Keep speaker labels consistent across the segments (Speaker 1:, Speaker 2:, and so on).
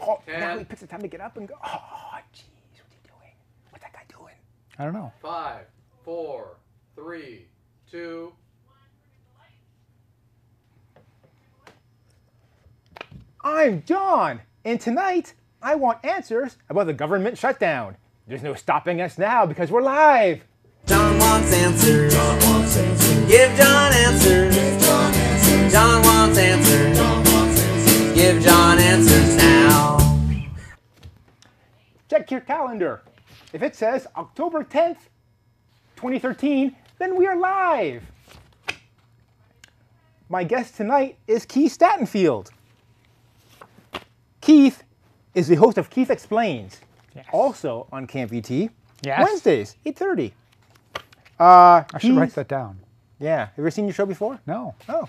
Speaker 1: Oh, now
Speaker 2: Ten.
Speaker 1: he picks the time to get up and go. Oh, jeez, what's he doing? What's that guy doing? I don't know.
Speaker 2: Five, four, three, two.
Speaker 1: I'm John, and tonight I want answers about the government shutdown. There's no stopping us now because we're live.
Speaker 3: John wants answers. John wants answers. Give John answers. Give John answers. John wants answers. John wants answers. Give John answers now.
Speaker 1: Check your calendar. If it says October 10th, 2013, then we are live. My guest tonight is Keith Statenfield. Keith is the host of Keith Explains, also on Camp VT,
Speaker 4: Yes.
Speaker 1: Wednesdays, 8.30. Uh,
Speaker 4: I should write
Speaker 1: he's-
Speaker 4: that down.
Speaker 1: Yeah. Have you ever seen your show before?
Speaker 4: No.
Speaker 1: Oh.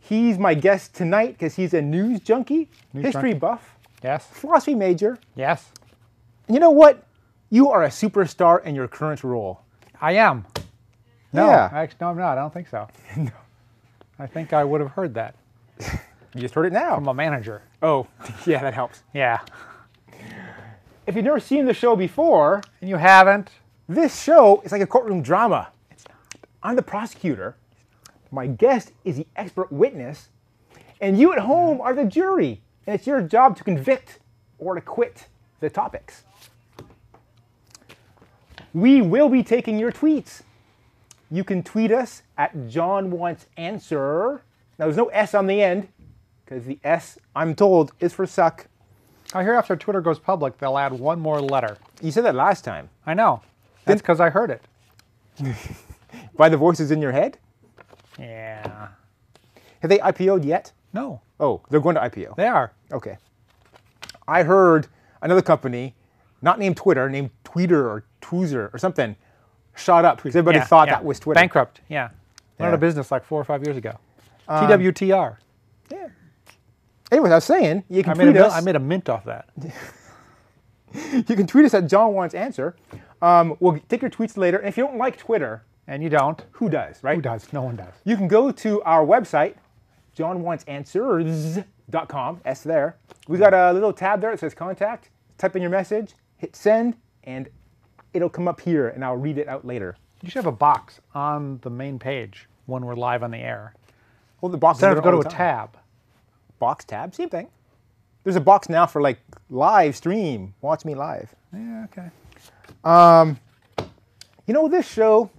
Speaker 1: He's my guest tonight because he's a news junkie,
Speaker 4: News
Speaker 1: history
Speaker 4: junkie.
Speaker 1: buff,
Speaker 4: Yes.
Speaker 1: philosophy major.
Speaker 4: Yes.
Speaker 1: And you know what? You are a superstar in your current role.
Speaker 4: I am. No.
Speaker 1: Yeah.
Speaker 4: Actually, no, I'm not. I don't think so. no. I think I would have heard that
Speaker 1: You just heard it now.
Speaker 4: from a manager.
Speaker 1: Oh, yeah, that helps.
Speaker 4: Yeah.
Speaker 1: If you've never seen the show before,
Speaker 4: And you haven't.
Speaker 1: this show is like a courtroom drama. I'm the prosecutor. My guest is the expert witness, and you at home are the jury, and it's your job to convict or to quit the topics. We will be taking your tweets. You can tweet us at John Wants Answer. Now, there's no S on the end, because the S, I'm told, is for suck.
Speaker 4: I hear after Twitter goes public, they'll add one more letter.
Speaker 1: You said that last time.
Speaker 4: I know. That's because I heard it.
Speaker 1: By the voices in your head?
Speaker 4: Yeah.
Speaker 1: Have they IPO'd yet?
Speaker 4: No.
Speaker 1: Oh, they're going to IPO.
Speaker 4: They are.
Speaker 1: Okay. I heard another company, not named Twitter, named Tweeter or Tweezer or something, shot up because everybody
Speaker 4: Yeah,
Speaker 1: thought
Speaker 4: yeah.
Speaker 1: that was Twitter.
Speaker 4: Bankrupt. Yeah. Went out
Speaker 1: Yeah.
Speaker 4: of business like four or five years ago. TWTR.
Speaker 1: Yeah. Anyways, I was saying you can
Speaker 4: I made, a,
Speaker 1: tweet
Speaker 4: mil-
Speaker 1: us.
Speaker 4: I made a mint off that.
Speaker 1: you can tweet us at John Wants Answer. Um, we'll take your tweets later. And if you don't like Twitter,
Speaker 4: And you don't.
Speaker 1: who does, right?
Speaker 4: Who does? No one does.
Speaker 1: You can go to our website, johnwantsanswers.com. S there. We got a little tab there that says contact. Type in your message, hit send, and it'll come up here, and I'll read it out later.
Speaker 4: You should have a box on the main page when we're live on the air.
Speaker 1: Well, the box
Speaker 4: Instead of go to a
Speaker 1: tab.
Speaker 4: tab.
Speaker 1: box tab, same thing. There's a box now for like live stream. Watch me live.
Speaker 4: Yeah, okay.
Speaker 1: You know, this show,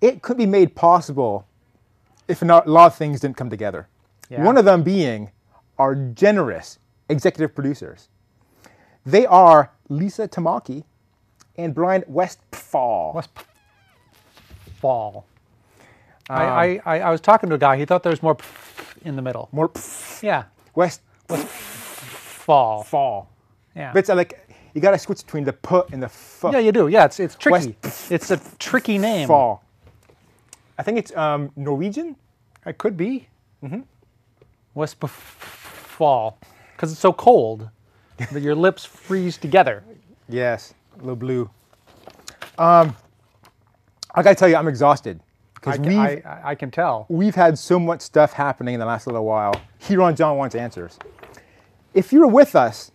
Speaker 1: it could be made possible if not, a lot of things didn't come together.
Speaker 4: Yeah.
Speaker 1: One of them being our generous executive producers. They are Lisa Tamaki and Brian Westphal.
Speaker 4: West fall. I, I, I, I was talking to a guy. He thought there was more pff in the middle.
Speaker 1: More
Speaker 4: Yeah,
Speaker 1: Westphal.
Speaker 4: fall. Yeah.
Speaker 1: But it's like you got to switch between the p and the f.
Speaker 4: yeah, you do. Yeah, it's it's tricky.
Speaker 1: West-
Speaker 4: It's a tricky name.
Speaker 1: fall. I think it's um, Norwegian.
Speaker 4: It could be. Mm-hmm. West pff- fall, because it's so cold that your lips freeze together.
Speaker 1: Yes, Le Bleu. Um, I gotta tell you, I'm exhausted
Speaker 4: I,
Speaker 1: because
Speaker 4: ca-
Speaker 1: we've
Speaker 4: I, I, I can tell.
Speaker 1: we've had so much stuff happening in the last little while. Here on John wants answers. If you were with us,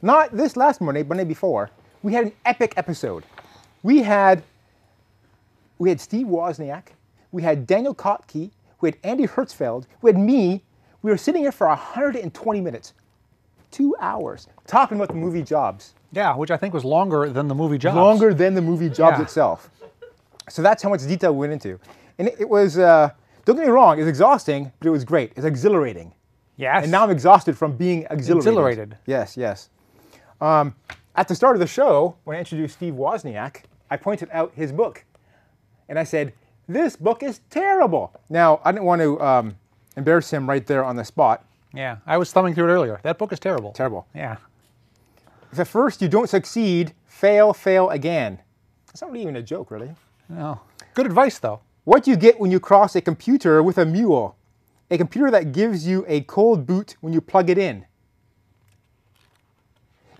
Speaker 1: not this last Monday, but Monday before, we had an epic episode. We had we had Steve Wozniak, we had Daniel Kotke, we had Andy Hertzfeld, we had me. We were sitting here for 120 minutes, two hours, talking about the movie Jobs.
Speaker 4: Yeah, which I think was longer than the movie Jobs.
Speaker 1: longer than the movie Jobs
Speaker 4: Yeah.
Speaker 1: itself. So that's how much detail we went into. And it, it was, uh, don't get me wrong, it's exhausting, but it was great. It's exhilarating.
Speaker 4: Yes.
Speaker 1: And now I'm exhausted from being exhilarated.
Speaker 4: Exhilarated.
Speaker 1: Yes, yes. Um, at the start of the show, when I introduced Steve Wozniak, I pointed out his book. And I said, This book is terrible. Now, I didn't want to um, embarrass him right there on the spot.
Speaker 4: yeah, I was thumbing through it earlier. That book is terrible.
Speaker 1: Terrible.
Speaker 4: Yeah.
Speaker 1: If at first you don't succeed, fail, fail again. That's not really even a joke, really.
Speaker 4: No. Good advice though.
Speaker 1: What you get when you cross a computer with a mule? A computer that gives you a cold boot when you plug it in.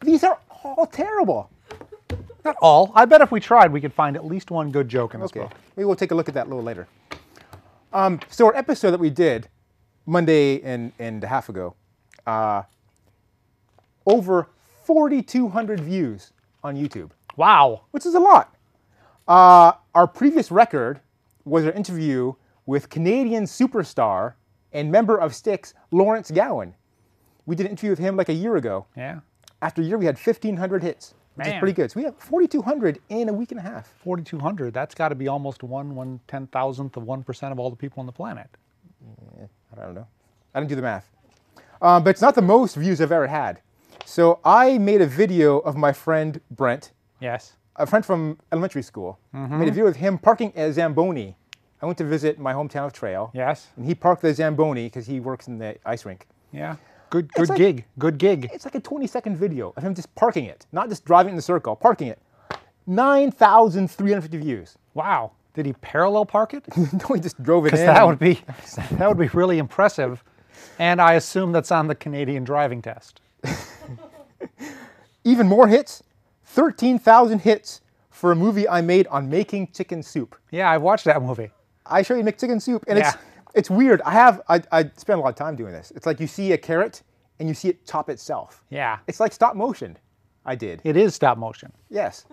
Speaker 1: These are all terrible.
Speaker 4: Not all. I bet if we tried, we could find at least one good joke in this
Speaker 1: Okay,
Speaker 4: book.
Speaker 1: maybe we'll take a look at that a little later. Um, so our episode that we did Monday and, and a half ago, uh, over 4,200 views on YouTube,
Speaker 4: Wow.
Speaker 1: which is a lot. Uh, our previous record was our interview with Canadian superstar and member of Styx, Lawrence Gowan. We did an interview with him like a year ago.
Speaker 4: Yeah.
Speaker 1: After a year, we had 1,500 hits, which is
Speaker 4: Man.
Speaker 1: pretty good. So we have 4,200 in a week and a half.
Speaker 4: 4,200. That's got to be almost one one ten thousandth of one percent of all the people on the planet.
Speaker 1: I don't know. I didn't do the math. Um, but it's not the most views I've ever had. So I made a video of my friend Brent,
Speaker 4: Yes.
Speaker 1: a friend from elementary school.
Speaker 4: Mm-hmm.
Speaker 1: I made a video of him parking a Zamboni. I went to visit my hometown of Trail.
Speaker 4: Yes.
Speaker 1: And he parked the Zamboni because he works in the ice rink.
Speaker 4: Yeah. Good. Good
Speaker 1: like-
Speaker 4: gig. Good gig.
Speaker 1: It's like a 20 second video of him just parking it, not just driving in the circle, parking it. 9,350 views.
Speaker 4: Wow. Did he parallel park it?
Speaker 1: no, he just drove it in.
Speaker 4: Because that would be that would be really impressive. And I assume that's on the Canadian driving test.
Speaker 1: Even more hits 13,000 hits for a movie I made on making chicken soup.
Speaker 4: Yeah, I've watched that movie.
Speaker 1: I show you McChicken soup, and it's
Speaker 4: Yeah.
Speaker 1: it's weird. I have I, I spend a lot of time doing this. It's like you see a carrot and you see it chop itself.
Speaker 4: Yeah.
Speaker 1: It's like stop motion. I did.
Speaker 4: It is stop motion.
Speaker 1: Yes.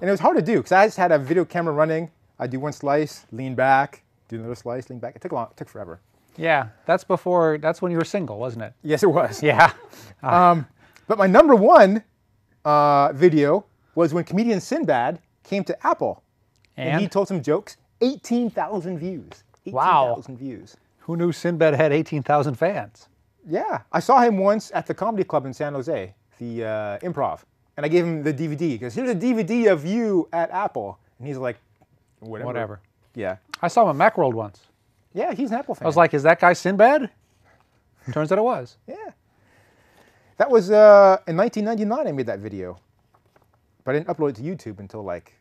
Speaker 1: And it was hard to do because I just had a video camera running. I do one slice, lean back, do another slice, lean back. It took long. It took forever.
Speaker 4: Yeah, that's before that's when you were single, wasn't it?
Speaker 1: Yes, it was.
Speaker 4: Yeah.
Speaker 1: But my number one uh, video was when comedian Sinbad came to Apple and,
Speaker 4: And
Speaker 1: he told some jokes. Eighteen thousand views.
Speaker 4: Wow.
Speaker 1: 18,000 views.
Speaker 4: who knew Sinbad had 18,000 fans?
Speaker 1: Yeah, I saw him once at the comedy club in San Jose, the uh, Improv, and I gave him the DVD because here's a DVD of you at Apple, and he's like, whatever.
Speaker 4: Whatever.
Speaker 1: Yeah,
Speaker 4: I saw him at Macworld once.
Speaker 1: yeah, he's an Apple fan.
Speaker 4: I was like, is that guy Sinbad? Turns out it was.
Speaker 1: yeah. That was uh, in 1999. I made that video, but I didn't upload it to YouTube until like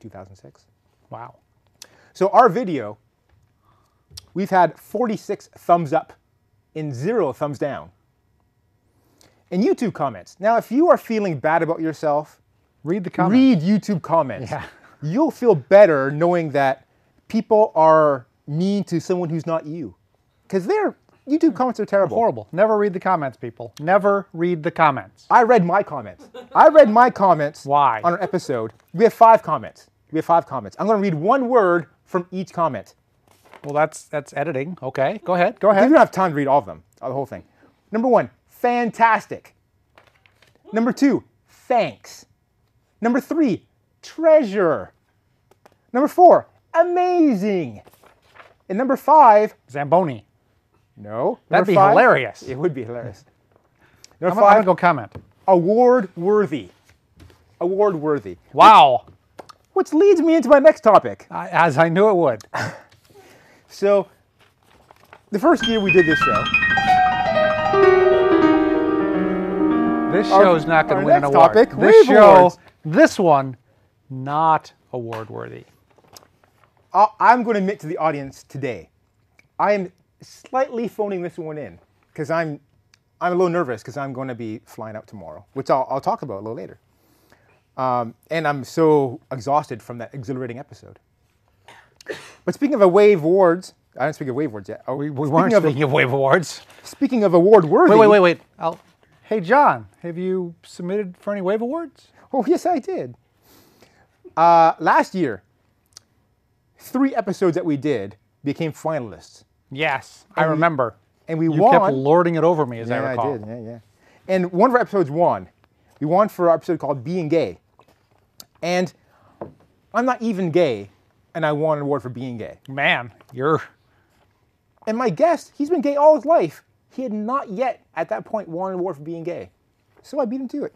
Speaker 1: 2006.
Speaker 4: Wow.
Speaker 1: So our video, we've had 46 thumbs up and zero thumbs down. And YouTube comments. Now, if you are feeling bad about yourself,
Speaker 4: Read the comments.
Speaker 1: read YouTube comments.
Speaker 4: Yeah.
Speaker 1: You'll feel better knowing that people are mean to someone who's not you. Because their YouTube comments are terrible.
Speaker 4: Horrible. Never read the comments, people. Never read the comments.
Speaker 1: I read my comments. I read my comments
Speaker 4: Why?
Speaker 1: on our episode. We have five comments. We have five comments. I'm going to read one word from each comment.
Speaker 4: Well, that's that's editing. Okay. Go ahead. Go
Speaker 1: We
Speaker 4: ahead.
Speaker 1: don't have time to read all of them, uh, the whole thing. Number one, fantastic. Number two, thanks. Number three, treasure. Number four, amazing. And number five,
Speaker 4: Zamboni.
Speaker 1: no.
Speaker 4: That'd
Speaker 1: number
Speaker 4: be
Speaker 1: five-
Speaker 4: hilarious.
Speaker 1: It would be hilarious. Number
Speaker 4: I'm gonna- I'm
Speaker 1: five,
Speaker 4: gonna go comment.
Speaker 1: award worthy. Award worthy.
Speaker 4: Wow.
Speaker 1: Which leads me into my next topic.
Speaker 4: I, as I knew it would.
Speaker 1: So, the first year we did this show,
Speaker 4: This
Speaker 1: Our-
Speaker 4: show's not going
Speaker 1: our
Speaker 4: to win an
Speaker 1: next
Speaker 4: award.
Speaker 1: topic,
Speaker 4: this
Speaker 1: Wave
Speaker 4: show,
Speaker 1: Awards.
Speaker 4: this one, not award worthy.
Speaker 1: i I'm going to admit to the audience today, I am slightly phoning this one in because I'm, I'm a little nervous because I'm going to be flying out tomorrow, which I'll, I'll talk about a little later. Um, and I'm so exhausted from that exhilarating episode. But speaking of a wave awards, I didn't speak of wave awards yet. Oh,
Speaker 4: We, we
Speaker 1: speaking
Speaker 4: weren't
Speaker 1: of,
Speaker 4: speaking of Wave Awards.
Speaker 1: Speaking of award worthy.
Speaker 4: Wait, wait, wait, wait. I'll, hey, John, have you submitted for any Wave Awards?
Speaker 1: Oh, yes, I did. Uh, last year, three episodes that we did became finalists,
Speaker 4: Yes, I remember.
Speaker 1: and we
Speaker 4: You
Speaker 1: won.
Speaker 4: kept lording it over me, as I
Speaker 1: yeah,
Speaker 4: recall.
Speaker 1: I did. Yeah, yeah. And one of our episodes won. We won for our episode called "Being Gay," and I'm not even gay, and I won an award for being gay.
Speaker 4: Man, you're
Speaker 1: And my guest, he's been gay all his life. He had not yet, at that point, won an award for being gay, so I beat him to it.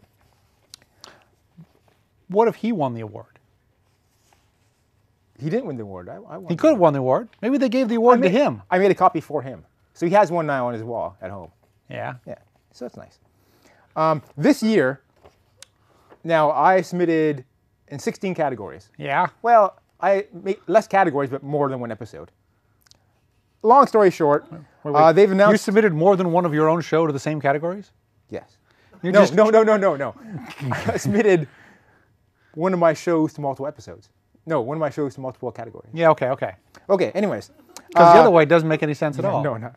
Speaker 4: what if he won the award?
Speaker 1: He didn't win the award. I, I won.
Speaker 4: He could have won the award. Maybe they gave the award to him.
Speaker 1: I made a copy for him, so he has one now on his wall at home.
Speaker 4: Yeah.
Speaker 1: Yeah, so that's nice. Um, this year, now I submitted in 16 categories.
Speaker 4: Yeah.
Speaker 1: Well, I made less categories, but more than one episode. Long story short, Uh, they've
Speaker 4: You
Speaker 1: announced.
Speaker 4: submitted more than one of your own show to the same categories?
Speaker 1: yes.
Speaker 4: You're
Speaker 1: No,
Speaker 4: just-
Speaker 1: no, no, no, no, no. I submitted one of my shows to multiple episodes. No, one of my shows to multiple categories.
Speaker 4: Yeah, okay, okay.
Speaker 1: Okay, anyways.
Speaker 4: Because the
Speaker 1: Uh,
Speaker 4: other way Oh. doesn't make any sense at all.
Speaker 1: No, no.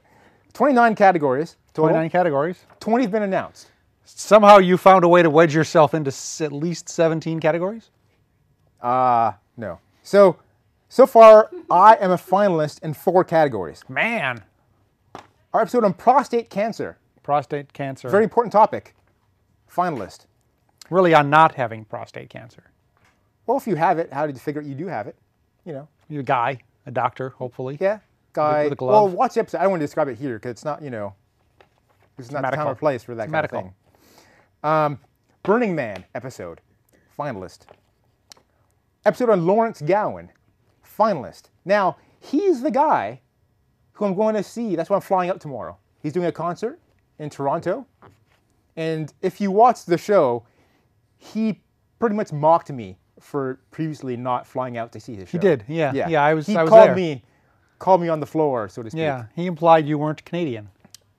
Speaker 1: 29 categories total.
Speaker 4: 29 categories.
Speaker 1: 20 have been announced.
Speaker 4: Somehow you found a way to wedge yourself into s- at least 17 categories?
Speaker 1: No. So, so far, I am a finalist in four categories.
Speaker 4: Man.
Speaker 1: Our episode on prostate cancer,
Speaker 4: Prostate cancer.
Speaker 1: very important topic. Finalist.
Speaker 4: really on not having prostate cancer.
Speaker 1: Well, if you have it, how did you figure you do have it? You know,
Speaker 4: You're a guy, a doctor, hopefully.
Speaker 1: yeah, guy.
Speaker 4: with a glove.
Speaker 1: Well, watch the episode. I don't want to describe it here because it's not, you know, it's not the time
Speaker 4: medical.
Speaker 1: or place for that kind
Speaker 4: It's medical.
Speaker 1: of thing. Um, Burning Man episode, finalist. Episode on Lawrence Gowan, finalist. Now he's the guy who I'm going to see. That's why I'm flying up tomorrow. He's doing a concert in Toronto, and if you watch the show, he pretty much mocked me for previously not flying out to see his show. He
Speaker 4: did, yeah. Yeah, I was-
Speaker 1: He
Speaker 4: I was
Speaker 1: called
Speaker 4: there.
Speaker 1: me, called me on the floor, so to speak.
Speaker 4: Yeah, he implied you weren't Canadian.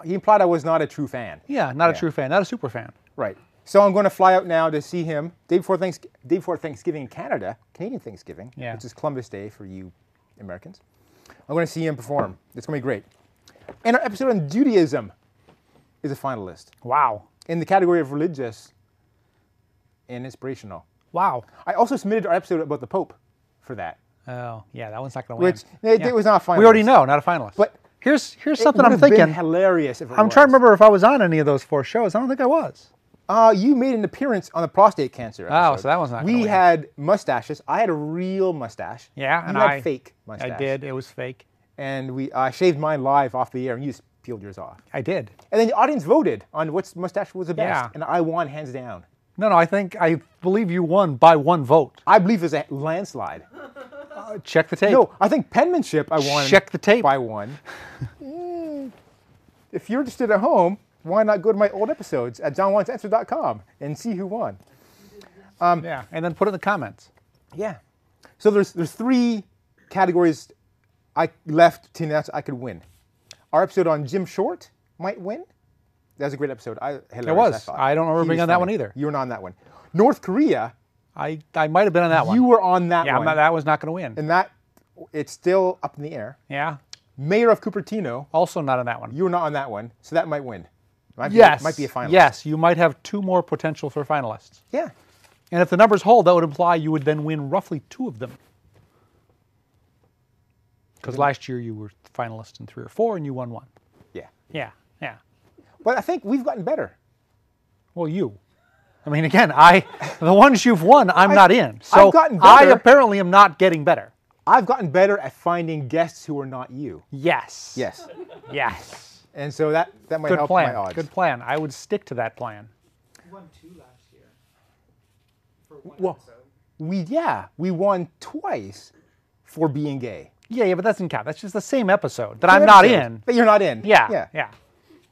Speaker 1: He implied I was not a true fan.
Speaker 4: Yeah, not a
Speaker 1: Yeah.
Speaker 4: true fan, not a super fan.
Speaker 1: Right. So I'm going to fly out now to see him day before, Thanks- day before Thanksgiving in Canada, Canadian Thanksgiving,
Speaker 4: Yeah.
Speaker 1: which is Columbus Day for you Americans. I'm going to see him perform. It's going to be great. And our episode on Judaism is a finalist
Speaker 4: Wow.
Speaker 1: in the category of religious and inspirational.
Speaker 4: Wow.
Speaker 1: I also submitted our episode about the Pope for that.
Speaker 4: Oh, yeah, that one's not going to win.
Speaker 1: Which- it- it was not a
Speaker 4: We already
Speaker 1: finalist.
Speaker 4: know, not a finalist.
Speaker 1: But
Speaker 4: here's here's
Speaker 1: It
Speaker 4: something
Speaker 1: would
Speaker 4: I'm
Speaker 1: have been
Speaker 4: thinking.
Speaker 1: hilarious. If it
Speaker 4: I'm trying to
Speaker 1: was.
Speaker 4: remember if I was on any of those four shows. I don't think I was.
Speaker 1: Uh, you made an appearance on the prostate cancer.
Speaker 4: Oh,
Speaker 1: episode.
Speaker 4: so that one's not gonna
Speaker 1: We
Speaker 4: win.
Speaker 1: had mustaches. I had a real mustache.
Speaker 4: Yeah,
Speaker 1: you
Speaker 4: and
Speaker 1: had
Speaker 4: I-
Speaker 1: fake mustache.
Speaker 4: I did. It was fake.
Speaker 1: And we, I shaved mine live off the air, and you just peeled yours off.
Speaker 4: I did.
Speaker 1: And then the audience voted on which mustache was the best,
Speaker 4: Yeah.
Speaker 1: and I won hands down.
Speaker 4: No, no, I think I believe you won by one vote. Uh,
Speaker 1: I believe it was a landslide.
Speaker 4: Check the tape.
Speaker 1: No, I think penmanship. I won.
Speaker 4: Check the tape.
Speaker 1: By one. Mm. if you're interested at home, why not go to my old episodes at johnwantsanswer.com and see who won.
Speaker 4: Yeah, and then put it in the comments.
Speaker 1: Yeah. So there's there's three categories I left to announce I could win. Our episode on Jim Short might win. That was a great episode. I hilarious,
Speaker 4: was.
Speaker 1: I, thought.
Speaker 4: I don't remember
Speaker 1: He
Speaker 4: being
Speaker 1: was
Speaker 4: on that one
Speaker 1: funny.
Speaker 4: either.
Speaker 1: You were not on that one. North Korea.
Speaker 4: I I might have been on that one.
Speaker 1: You were on that
Speaker 4: yeah,
Speaker 1: one.
Speaker 4: I'm not- that was not going to win.
Speaker 1: And that it's still up in the air.
Speaker 4: Yeah,
Speaker 1: Mayor of Cupertino.
Speaker 4: also not on that one.
Speaker 1: You were not on that one, so that might win. Might
Speaker 4: yes,
Speaker 1: Be, might be a finalist.
Speaker 4: Yes, you might have two more potential for finalists.
Speaker 1: Yeah.
Speaker 4: And if the numbers hold, that would imply you would then win roughly two of them. Because last year you were finalist in three or four, and you won one.
Speaker 1: Yeah.
Speaker 4: Yeah, yeah.
Speaker 1: But I think we've gotten better.
Speaker 4: Well, you. I mean, again, I the ones you've won, I'm not in. So
Speaker 1: gotten
Speaker 4: I
Speaker 1: better.
Speaker 4: apparently am not getting better.
Speaker 1: I've gotten better at finding guests who are not you.
Speaker 4: Yes.
Speaker 1: Yes.
Speaker 4: Yes.
Speaker 1: And so that, that might
Speaker 4: Good
Speaker 1: help my
Speaker 4: plan.
Speaker 1: odds.
Speaker 4: Good plan. I would stick to that plan.
Speaker 5: won two last year for one
Speaker 1: Well-
Speaker 5: episode.
Speaker 1: we yeah we won twice for being gay
Speaker 4: Yeah, yeah, but that doesn't count. That's just the same episode that I'm not
Speaker 1: Episodes,
Speaker 4: in.
Speaker 1: but you're not in
Speaker 4: Yeah,
Speaker 1: yeah
Speaker 4: yeah,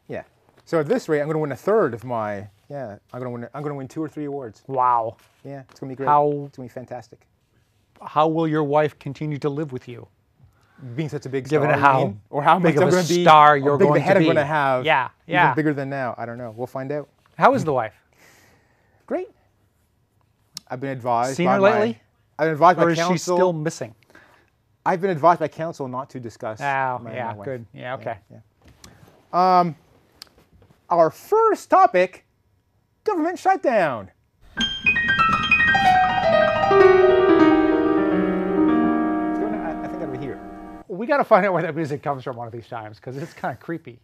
Speaker 1: yeah so at this rate i'm gonna win a third of my yeah i'm gonna win i'm gonna win two or three awards
Speaker 4: Wow.
Speaker 1: yeah it's gonna be great
Speaker 4: How-
Speaker 1: it's gonna be fantastic
Speaker 4: How will your wife continue to live with you,
Speaker 1: being such a big
Speaker 4: given
Speaker 1: star, you
Speaker 4: how
Speaker 1: mean? or how much
Speaker 4: big of
Speaker 1: I'm
Speaker 4: a
Speaker 1: gonna be,
Speaker 4: star
Speaker 1: or
Speaker 4: you're
Speaker 1: big of a
Speaker 4: going to
Speaker 1: head i'm
Speaker 4: be.
Speaker 1: gonna have
Speaker 4: Yeah,
Speaker 1: even
Speaker 4: yeah.
Speaker 1: bigger than now i don't know we'll find out
Speaker 4: How
Speaker 1: Hmm.
Speaker 4: is the wife?
Speaker 1: great i've been advised
Speaker 4: Seen
Speaker 1: by
Speaker 4: her
Speaker 1: my-
Speaker 4: lately?
Speaker 1: i've been advised
Speaker 4: Or
Speaker 1: by
Speaker 4: is she
Speaker 1: counsel
Speaker 4: still missing?
Speaker 1: i've been advised by counsel not to discuss
Speaker 4: Oh,
Speaker 1: my- my
Speaker 4: yeah,
Speaker 1: wife.
Speaker 4: good. Yeah, okay.
Speaker 1: yeah. our first topic government shutdown. It's going I I think over here.
Speaker 4: We got to find out where that music comes from one of these times because it's kind of creepy.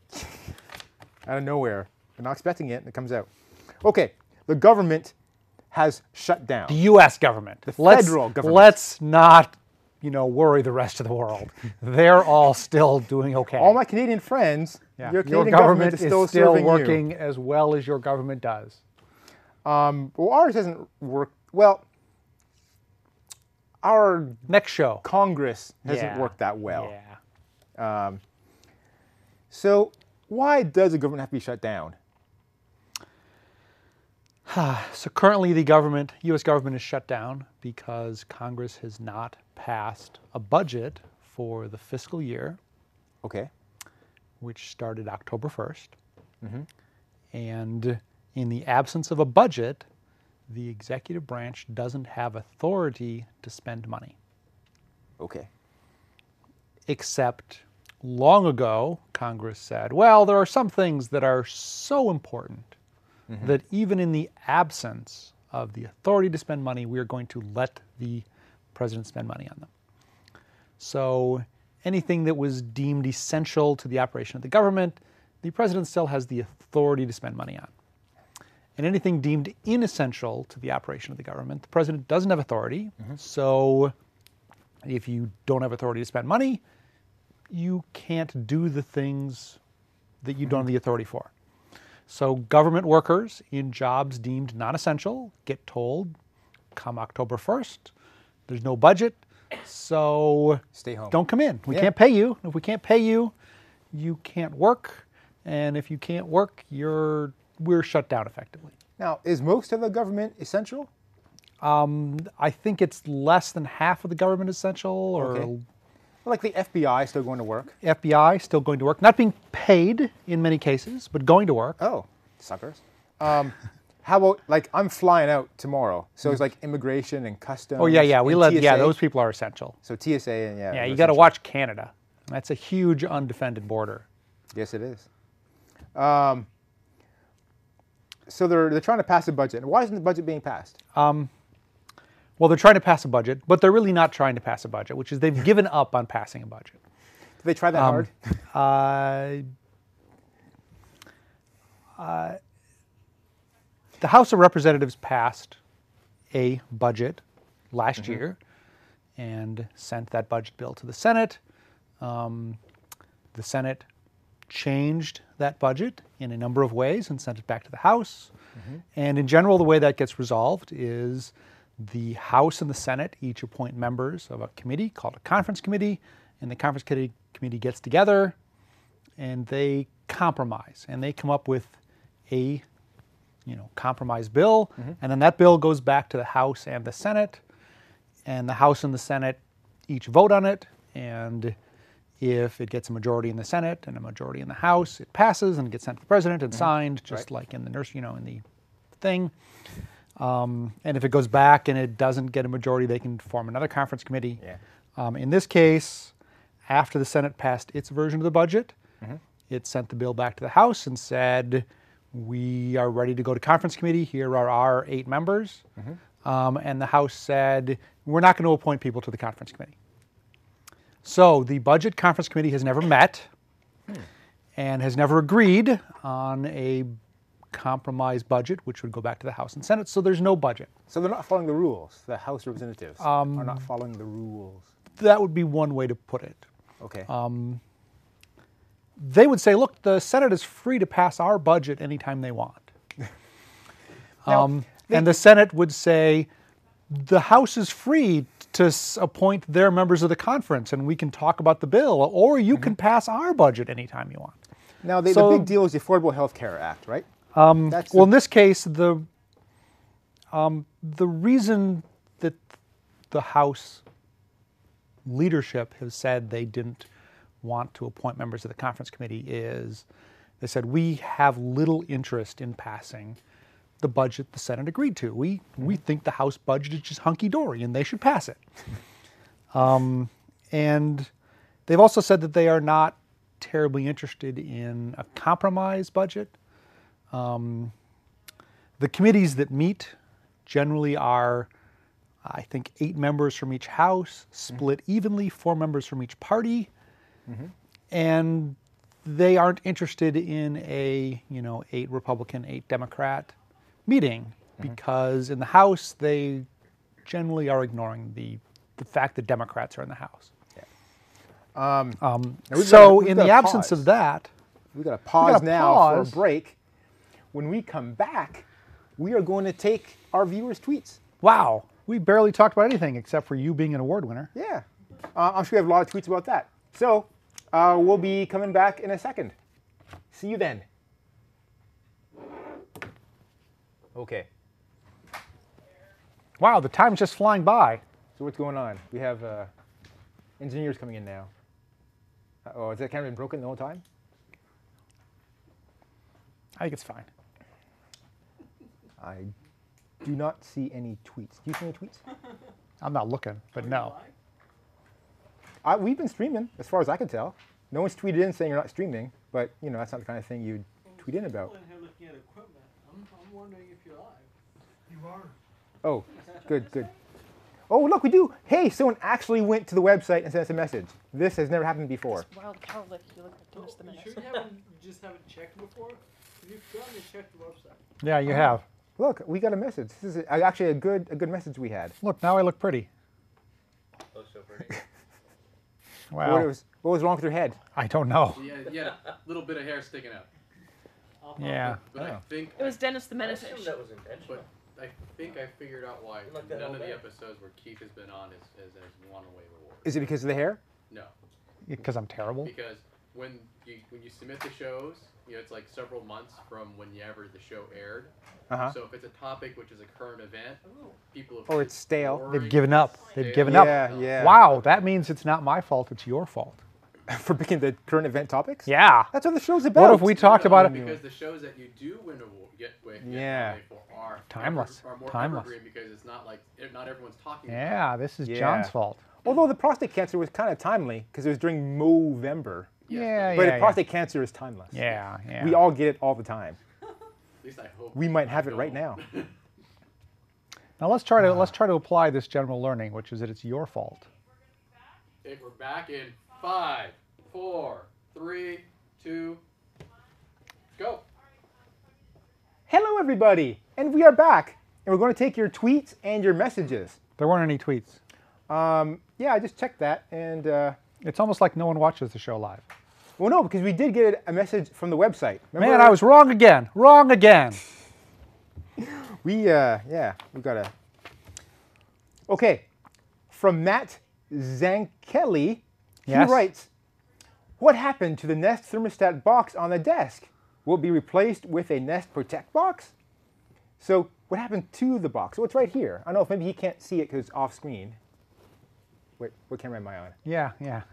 Speaker 1: Out of nowhere. We're not expecting it, and it comes out. Okay, the government has shut down.
Speaker 4: U.S. government, the
Speaker 1: federal government.
Speaker 4: Let's not, you know, worry the rest of the world. They're all still doing okay.
Speaker 1: All my Canadian friends,
Speaker 4: Yeah.
Speaker 1: your Canadian government, is still, serving you.
Speaker 4: working as well as your government does.
Speaker 1: Well, ours hasn't worked. Well, our
Speaker 4: Next show.
Speaker 1: Congress hasn't
Speaker 4: Yeah.
Speaker 1: worked that well.
Speaker 4: Yeah.
Speaker 1: So, why does the government have to be shut down?
Speaker 4: So currently, the government, U.S. government, is shut down because Congress has not passed a budget for the fiscal year,
Speaker 1: Okay.
Speaker 4: which started October 1st. And in the absence of a budget, the executive branch doesn't have authority to spend money.
Speaker 1: Okay.
Speaker 4: except long ago, Congress said, well, there are some things that are so important that even in the absence of the authority to spend money, we are going to let the president spend money on them. So anything that was deemed essential to the operation of the government, the president still has the authority to spend money on. And anything deemed inessential to the operation of the government, the president doesn't have authority. So if you don't have authority to spend money, you can't do the things that you don't have the authority for. So government workers in jobs deemed non essential get told come October 1st, there's no budget, so
Speaker 1: Stay home.
Speaker 4: Don't come in. We
Speaker 1: Yeah.
Speaker 4: can't pay you. If we can't pay you, you can't work. And if you can't work, you're we're shut down effectively.
Speaker 1: Now, is most of the government essential?
Speaker 4: I think it's less than half of the government essential or
Speaker 1: Okay. Like the FBI still going to work?
Speaker 4: FBI still going to work, not being paid in many cases, but going to work.
Speaker 1: Oh, suckers. Um, how about like I'm flying out tomorrow, so it's like immigration and customs.
Speaker 4: Mm-hmm. Oh yeah, yeah. We
Speaker 1: and
Speaker 4: let yeah,
Speaker 1: TSA.
Speaker 4: those people are essential.
Speaker 1: So TSA and yeah.
Speaker 4: Yeah,
Speaker 1: those
Speaker 4: you got to
Speaker 1: things.
Speaker 4: watch Canada. That's a huge undefended border.
Speaker 1: Yes, it is. Um, so they're they're trying to pass a budget. Why isn't the budget being passed?
Speaker 4: Uh, Well, they're trying to pass a budget, but they're really not trying to pass a budget, which is they've given up on passing a budget.
Speaker 1: Did they try that hard?
Speaker 4: um, Uh, uh, the House of Representatives passed a budget last year and sent that budget bill to the Senate. Um, the Senate changed that budget in a number of ways and sent it back to the House. And in general, the way that gets resolved is the House and the Senate each appoint members of a committee called a conference committee, and the conference committee, committee gets together and they compromise and they come up with a you know compromise bill and then that bill goes back to the house and the senate and the house and the senate each vote on it and if it gets a majority in the senate and a majority in the house it passes and gets sent to the president and signed just like in the nurse you know in the thing um, and if it goes back and it doesn't get a majority they can form another conference committee
Speaker 1: Yeah.
Speaker 4: um, in this case, after the Senate passed its version of the budget, it sent the bill back to the House and said, We are ready to go to conference committee. Here are our eight members. Um, and the House said, We're not going to appoint people to the conference committee. So the budget conference committee has never met and has never agreed on a compromise budget, which would go back to the House and Senate. So there's no budget.
Speaker 1: So they're not following the rules. The House representatives
Speaker 4: Um,
Speaker 1: are not following the rules.
Speaker 4: That would be one way to put it.
Speaker 1: Okay.
Speaker 4: um, they would say, look, the Senate is free to pass our budget anytime they want. um, and the Senate would say, the House is free to s- appoint their members of the conference and we can talk about the bill, or you can pass our budget anytime you want.
Speaker 1: now the,
Speaker 4: so-
Speaker 1: the big deal is the Affordable Health Care Act, right? Um, That's
Speaker 4: Well, in
Speaker 1: the,
Speaker 4: this case, the um, the reason that the House leadership has said they didn't want to appoint members of the conference committee is they said we have little interest in passing the budget the Senate agreed to. We we think the House budget is just hunky dory and they should pass it. Um, And they've also said that they are not terribly interested in a compromise budget. Um, the committees that meet generally are, I think, eight members from each house,
Speaker 1: Mm-hmm.
Speaker 4: split evenly, four members from each party. And they aren't interested in a, you know, eight Republican, eight Democrat meeting
Speaker 1: Mm-hmm.
Speaker 4: because in the House they generally are ignoring the, the fact that Democrats are in the House.
Speaker 1: Um,
Speaker 4: Um,
Speaker 1: Now, we've
Speaker 4: So,
Speaker 1: gotta- we've
Speaker 4: in the
Speaker 1: gotta
Speaker 4: absence
Speaker 1: pause.
Speaker 4: of that,
Speaker 1: We got to pause now
Speaker 4: pause.
Speaker 1: for a break. When we come back, we are going to take our viewers' tweets.
Speaker 4: wow, we barely talked about anything except for you being an award winner.
Speaker 1: Yeah, uh, I'm sure we have a lot of tweets about that. So uh, we'll be coming back in a second. See you then. Okay.
Speaker 4: Wow, the time's just flying by.
Speaker 1: So what's going on? We have uh, engineers coming in now. Oh, has that camera been broken the whole time?
Speaker 4: I think it's fine.
Speaker 1: I do not see any tweets. Do you see any tweets?
Speaker 4: I'm not looking, but no.
Speaker 1: I, we've been streaming, as far as I can tell. No one's tweeted in saying you're not streaming, but you know that's not the kind of thing you'd tweet in about.
Speaker 5: People in here looking at equipment. I'm I'm wondering if you're alive. You are.
Speaker 1: Oh, good, good. Oh, look, we do. Hey, someone actually went to the website and sent us a message. This has never happened before.
Speaker 6: Wild cow lick. You look like
Speaker 7: Oh,
Speaker 6: Dennis the
Speaker 5: You
Speaker 6: Menace.
Speaker 5: sure you haven't, you just haven't checked before? You've gone to check the website.
Speaker 4: Yeah,
Speaker 1: Uh-huh.
Speaker 4: you have.
Speaker 1: Look, we got a message. This is a, actually a good, a good message we had.
Speaker 4: Look, now I look pretty.
Speaker 2: Looks Oh, so pretty.
Speaker 1: What,
Speaker 4: Wow.
Speaker 1: was, what was wrong with your head?
Speaker 4: I don't know.
Speaker 2: Yeah, yeah, little bit of hair sticking out.
Speaker 4: Yeah.
Speaker 2: But I
Speaker 1: Oh.
Speaker 2: think
Speaker 6: It was Dennis the
Speaker 7: I
Speaker 6: Menace.
Speaker 7: assume that was intentional.
Speaker 2: I think I figured out why
Speaker 7: Like that
Speaker 2: none
Speaker 7: all
Speaker 2: of the
Speaker 7: day.
Speaker 2: episodes where Keith has been on is as as one away reward.
Speaker 1: Is it because of the hair?
Speaker 2: No,
Speaker 4: Because I'm terrible.
Speaker 2: because when you when you submit the shows, you know it's like several months from whenever the show aired.
Speaker 1: Uh-huh.
Speaker 2: So if it's a topic which is a current event,
Speaker 6: Oh.
Speaker 2: people have
Speaker 1: Or it's stale. They've
Speaker 4: They've
Speaker 2: boring,
Speaker 4: given up.
Speaker 2: stale.
Speaker 4: They've given
Speaker 1: yeah,
Speaker 4: up.
Speaker 1: yeah.
Speaker 4: Wow, that means it's not my fault. It's your fault.
Speaker 1: For picking the current event topics?
Speaker 4: Yeah.
Speaker 1: That's what the show's about.
Speaker 4: What if we talked
Speaker 2: No,
Speaker 4: about it?
Speaker 2: because the shows that you do win award get, get
Speaker 1: Yeah.
Speaker 2: nominated for are
Speaker 4: Timeless.
Speaker 2: ever- are more
Speaker 4: Timeless.
Speaker 2: evergreen because it's not like not everyone's talking. about it.
Speaker 4: Yeah, this is
Speaker 1: Yeah.
Speaker 4: John's fault.
Speaker 1: Although the prostate cancer was kind of timely because it was during Movember.
Speaker 4: Yeah,
Speaker 1: but
Speaker 4: yeah, yeah.
Speaker 1: prostate cancer is timeless.
Speaker 4: Yeah, yeah.
Speaker 1: We all get it all the time.
Speaker 2: At least I hope
Speaker 1: We might have it right
Speaker 2: don't.
Speaker 1: now.
Speaker 4: Now let's try to
Speaker 1: Uh-huh.
Speaker 4: let's try to apply this general learning, which is that it's your fault.
Speaker 2: Hey, we're back in five, four, three, two, go.
Speaker 1: Hello, everybody, and we are back, and we're going to take your tweets and your messages.
Speaker 4: There weren't any tweets.
Speaker 1: Um, yeah, I just checked that, and uh,
Speaker 4: It's almost like no one watches the show live.
Speaker 1: well, no, because we did get a message from the website. Remember?
Speaker 4: Man, I was wrong again. Wrong again.
Speaker 1: We uh, yeah, we got a. Okay, from Matt Zankelli,
Speaker 4: Yes.
Speaker 1: he writes, "What happened to the Nest thermostat box on the desk? Will it be replaced with a Nest Protect box?" So, what happened to the box? Well, it's right here. I don't know if maybe he can't see it because it's off screen. Wait, what camera am I on?
Speaker 4: Yeah, yeah.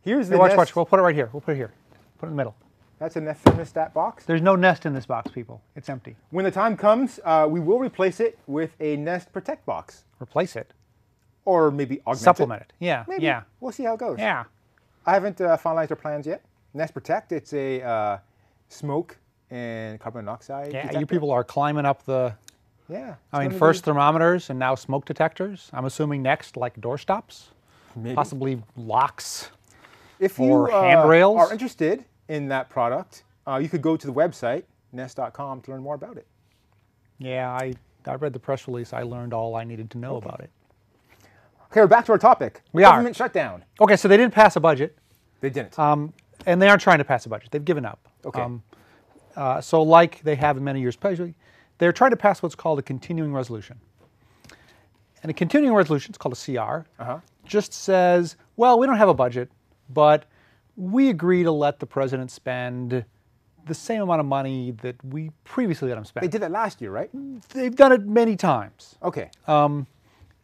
Speaker 1: Here's the
Speaker 4: Hey, watch,
Speaker 1: Nest-
Speaker 4: watch. We'll put it right here. We'll put it here. Put it in the middle.
Speaker 1: That's a Nest thermostat box.
Speaker 4: There's no nest in this box, people. It's empty.
Speaker 1: When the time comes, uh, we will replace it with a Nest Protect box,
Speaker 4: Replace it.
Speaker 1: or maybe augment
Speaker 4: Supplement
Speaker 1: it.
Speaker 4: it. Yeah.
Speaker 1: Maybe.
Speaker 4: Yeah.
Speaker 1: We'll see how it goes.
Speaker 4: Yeah.
Speaker 1: I haven't uh, finalized our plans yet. Nest Protect, it's a uh, smoke and carbon monoxide.
Speaker 4: Yeah. You
Speaker 1: detector.
Speaker 4: people are climbing up the
Speaker 1: Yeah.
Speaker 4: I
Speaker 1: it's
Speaker 4: mean
Speaker 1: gonna
Speaker 4: first
Speaker 1: be-
Speaker 4: thermometers and now smoke detectors. I'm assuming next like doorstops,
Speaker 1: Maybe.
Speaker 4: possibly locks.
Speaker 1: if
Speaker 4: or
Speaker 1: you uh,
Speaker 4: handrails.
Speaker 1: are interested in that product, uh, you could go to the website nest.com to learn more about it.
Speaker 4: Yeah, I I read the press release. I learned all I needed to know about it.
Speaker 1: Okay, we're back to our topic.
Speaker 4: We are.
Speaker 1: government shutdown.
Speaker 4: Okay, so they didn't pass a budget,
Speaker 1: They didn't.
Speaker 4: um, and they aren't trying to pass a budget. They've given up.
Speaker 1: Okay.
Speaker 4: Um, uh, so, like they have in many years past, they're trying to pass what's called a continuing resolution. And a continuing resolution, it's called a CR,
Speaker 1: Uh-huh.
Speaker 4: just says, well, we don't have a budget, but we agree to let the president spend the same amount of money that we previously let him spend.
Speaker 1: they did that last year, right?
Speaker 4: They've done it many times.
Speaker 1: Okay.
Speaker 4: Uh,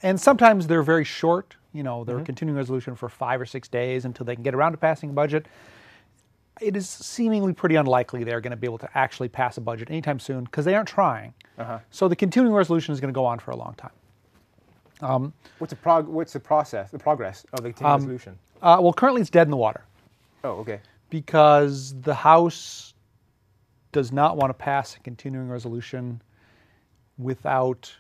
Speaker 4: and sometimes they're very short. You know, they're continuing resolution for five or six days until they can get around to passing a budget. It is seemingly pretty unlikely they're going to be able to actually pass a budget anytime soon because they aren't trying. So the continuing resolution is going to go on for a long time.
Speaker 1: what's the prog- What's the process? The progress of the continuing resolution?
Speaker 4: Uh, well, currently it's dead in the water
Speaker 1: Oh, okay.
Speaker 4: because the House does not want to pass a continuing resolution without,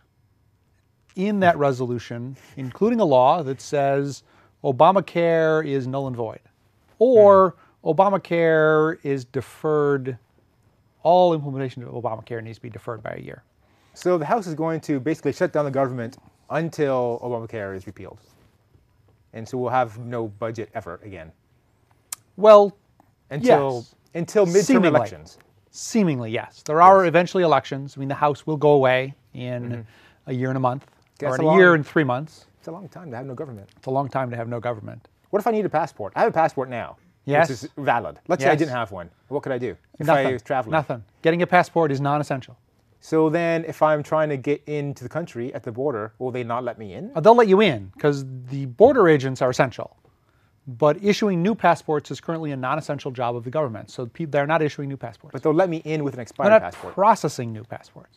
Speaker 4: in that resolution, including a law that says Obamacare is null and void, or Obamacare is deferred. All implementation of Obamacare needs to be deferred by a year.
Speaker 1: So the House is going to basically shut down the government until Obamacare is repealed, and so we'll have no budget ever again
Speaker 4: Well,
Speaker 1: until
Speaker 4: Yes.
Speaker 1: until midterm
Speaker 4: Seemingly.
Speaker 1: elections.
Speaker 4: seemingly yes. There are eventually elections. I mean, the House will go away in a year and a month,
Speaker 1: That's
Speaker 4: or in
Speaker 1: a
Speaker 4: a year
Speaker 1: long-
Speaker 4: and three months.
Speaker 1: It's a long time to have no government.
Speaker 4: It's a long time to have no government.
Speaker 1: What if I need a passport? I have a passport now.
Speaker 4: Yes.
Speaker 1: Which is valid. Let's say I
Speaker 4: Yes.
Speaker 1: didn't have one. What could I do if I was traveling?
Speaker 4: Nothing. Getting a passport is non-essential.
Speaker 1: So then, if I'm trying to get into the country at the border, will they not let me in?
Speaker 4: Uh, They'll let you in because the border agents are essential. But issuing new passports is currently a non-essential job of the government. So pe- they're not issuing new passports.
Speaker 1: But they'll let me in with an
Speaker 4: they're
Speaker 1: expired
Speaker 4: not
Speaker 1: passport.
Speaker 4: processing new passports.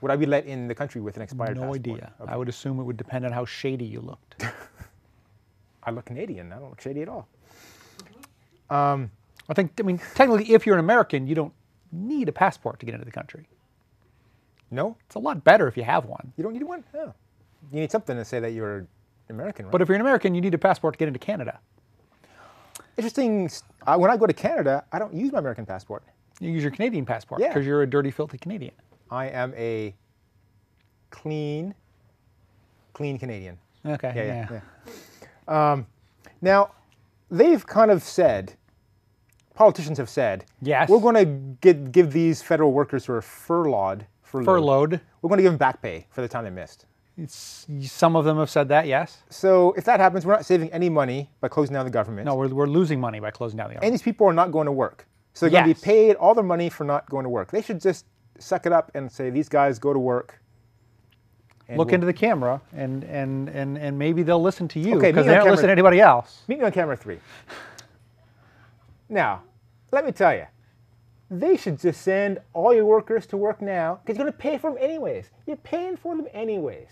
Speaker 1: Would I be let in the country with an expired
Speaker 4: no
Speaker 1: passport?
Speaker 4: idea.
Speaker 1: Okay.
Speaker 4: I would assume it would depend on how shady you looked.
Speaker 1: I look Canadian. I don't look shady at all.
Speaker 4: I think. I mean, technically, if you're an American, you don't need a passport to get into the country.
Speaker 1: No?
Speaker 4: It's a lot better if you have one.
Speaker 1: You don't need one? No. You need something to say that you're American, right?
Speaker 4: But if you're an American, you need a passport to get into Canada.
Speaker 1: Interesting. s- I, when I go to Canada, I don't use my American passport.
Speaker 4: You use your Canadian passport
Speaker 1: Yeah.
Speaker 4: because you're a dirty, filthy Canadian.
Speaker 1: I am a clean, clean Canadian.
Speaker 4: Okay.
Speaker 1: Yeah, yeah. yeah. Um, now, they've kind of said, politicians have said,
Speaker 4: Yes.
Speaker 1: we're going to get, give these federal workers who are furloughed, furloughed,
Speaker 4: Furloughed.
Speaker 1: we're going to give them back pay for the time they missed.
Speaker 4: It's, some of them have said that, yes.
Speaker 1: So if that happens, we're not saving any money by closing down the government.
Speaker 4: No, we're, we're losing money by closing down the
Speaker 1: and
Speaker 4: government.
Speaker 1: these people are not going to work. So they're going
Speaker 4: Yes.
Speaker 1: to be paid all their money for not going to work. They should just suck it up and say, these guys go to work. and
Speaker 4: Look
Speaker 1: we'll-
Speaker 4: into the camera, and, and, and, and maybe they'll listen to you
Speaker 1: Okay,
Speaker 4: because
Speaker 1: me
Speaker 4: they
Speaker 1: on
Speaker 4: don't listen
Speaker 1: camera.
Speaker 4: to anybody else.
Speaker 1: Meet me on camera three. Now, let me tell you, they should just send all your workers to work now because you're going to pay for them anyways. You're paying for them anyways.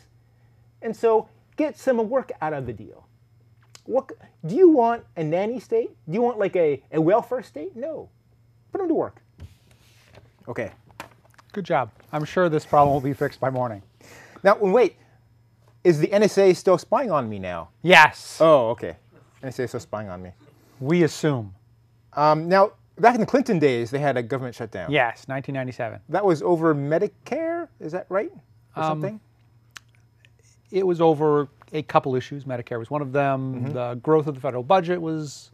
Speaker 1: And so get some work out of the deal. What, c- do you want a nanny state? Do you want like a, a welfare state? No. Put them to work. Okay.
Speaker 4: Good job. I'm sure this problem will be fixed by morning.
Speaker 1: Now, wait. Is the NSA still spying on me now?
Speaker 4: Yes.
Speaker 1: Oh, okay. NSA is still spying on me.
Speaker 4: We assume.
Speaker 1: Um, now, back in the Clinton days, they had a government shutdown.
Speaker 4: Yes, 1997.
Speaker 1: That was over Medicare, is that right? Or
Speaker 4: Um,
Speaker 1: something?
Speaker 4: It was over a couple issues. Medicare was one of them.
Speaker 1: Mm-hmm.
Speaker 4: The growth of the federal budget was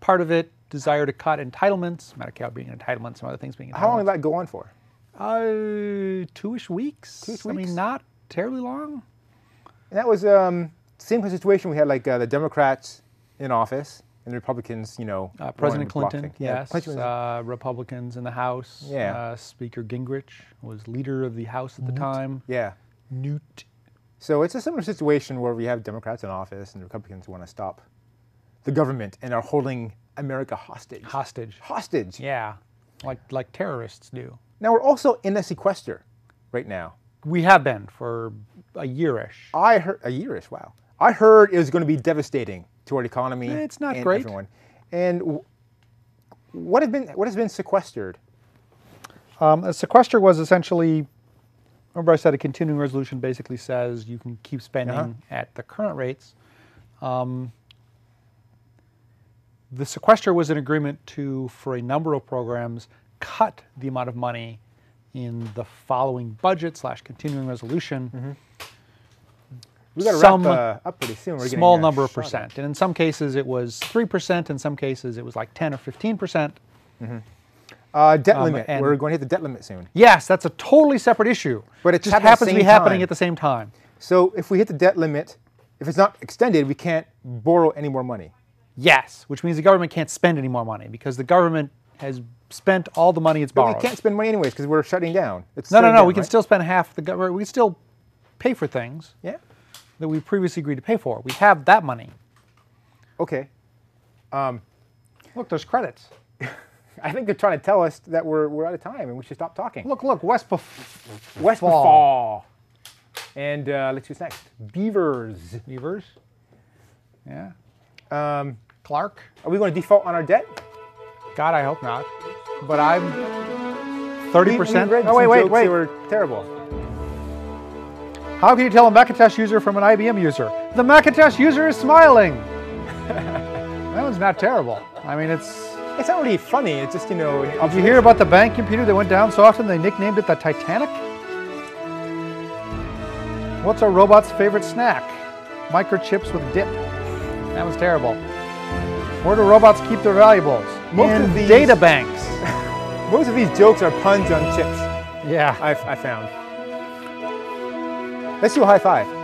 Speaker 4: part of it. Desire to cut entitlements, Medicare being an entitlement, some other things being entitlements.
Speaker 1: How long did that go on for?
Speaker 4: Uh, two-ish weeks.
Speaker 1: Two-ish
Speaker 4: I
Speaker 1: weeks?
Speaker 4: mean, not terribly long.
Speaker 1: And that was um, same kind of situation we had like uh, the Democrats in office and the Republicans, you know.
Speaker 4: Uh, President
Speaker 1: wanting to block
Speaker 4: Clinton,
Speaker 1: things.
Speaker 4: yes.
Speaker 1: Clinton was-
Speaker 4: uh, Republicans in the House.
Speaker 1: Yeah.
Speaker 4: Uh, Speaker Gingrich was leader of the House at the time.
Speaker 1: yeah.
Speaker 4: Newt.
Speaker 1: So it's a similar situation where we have Democrats in office and Republicans want to stop the government and are holding America hostage.
Speaker 4: Hostage.
Speaker 1: hostage.
Speaker 4: Yeah. Like, like terrorists do.
Speaker 1: Now we're also in a sequester right now.
Speaker 4: We have been for a year-ish.
Speaker 1: I heard a yearish. Wow. I heard it was going to be devastating to our economy.
Speaker 4: Eh, it's not
Speaker 1: and
Speaker 4: great.
Speaker 1: Everyone. And w- what have been what has been sequestered?
Speaker 4: Um, a sequester was essentially, remember I said a continuing resolution basically says you can keep spending
Speaker 1: Uh-huh.
Speaker 4: at the current rates. Um, the sequester was an agreement to, for a number of programs, cut the amount of money in the following budget slash continuing resolution,
Speaker 1: Mm-hmm. We got to
Speaker 4: Some
Speaker 1: wrap uh, up pretty soon. We're getting,
Speaker 4: small
Speaker 1: uh,
Speaker 4: number of
Speaker 1: shot at.
Speaker 4: percent. And in some cases it was 3%, in some cases it was like 10 or 15%.
Speaker 1: Uh, debt
Speaker 4: Um,
Speaker 1: limit.
Speaker 4: and-
Speaker 1: We're going to hit the debt limit soon.
Speaker 4: Yes, that's a totally separate issue.
Speaker 1: But it
Speaker 4: just
Speaker 1: happened at the
Speaker 4: happens to be
Speaker 1: same
Speaker 4: happening
Speaker 1: time.
Speaker 4: at the same time.
Speaker 1: So if we hit the debt limit, if it's not extended, we can't borrow any more money.
Speaker 4: Yes, which means the government can't spend any more money because the government has spent all the money it's
Speaker 1: But
Speaker 4: borrowed.
Speaker 1: we can't spend money anyways because we're shutting down. It's
Speaker 4: no, no,
Speaker 1: shutting
Speaker 4: no.
Speaker 1: down,
Speaker 4: we can
Speaker 1: right?
Speaker 4: still spend half the government. We can still pay for things
Speaker 1: Yeah.
Speaker 4: that we previously agreed to pay for. We have that money.
Speaker 1: Okay.
Speaker 4: Look, there's credits.
Speaker 1: I think they're trying to tell us that we're, we're out of time and we should stop talking.
Speaker 4: Look, look, West. Bef-
Speaker 1: West
Speaker 4: Fall.
Speaker 1: Fall. And uh, let's see what's next. Beavers.
Speaker 4: Beavers. Yeah.
Speaker 1: Um,
Speaker 4: Clark.
Speaker 1: are we going to default on our debt?
Speaker 4: God, I hope not. But I'm 30%.
Speaker 1: We- we read
Speaker 4: oh, wait,
Speaker 1: some
Speaker 4: wait,
Speaker 1: jokes
Speaker 4: wait.
Speaker 1: that were terrible.
Speaker 4: How can you tell a Macintosh user from an IBM user? The Macintosh user is smiling. that one's not terrible. I mean, it's.
Speaker 1: It's not really funny. It's just you know.
Speaker 4: Did you hear about the bank computer that went down so often they nicknamed it the Titanic? What's a robot's favorite snack? Microchips with dip. That was terrible. Where do robots keep their valuables?
Speaker 1: Most
Speaker 4: In
Speaker 1: of these-
Speaker 4: data banks.
Speaker 1: Most of these jokes are puns on chips.
Speaker 4: yeah.
Speaker 1: I, I found. Let's do a high five.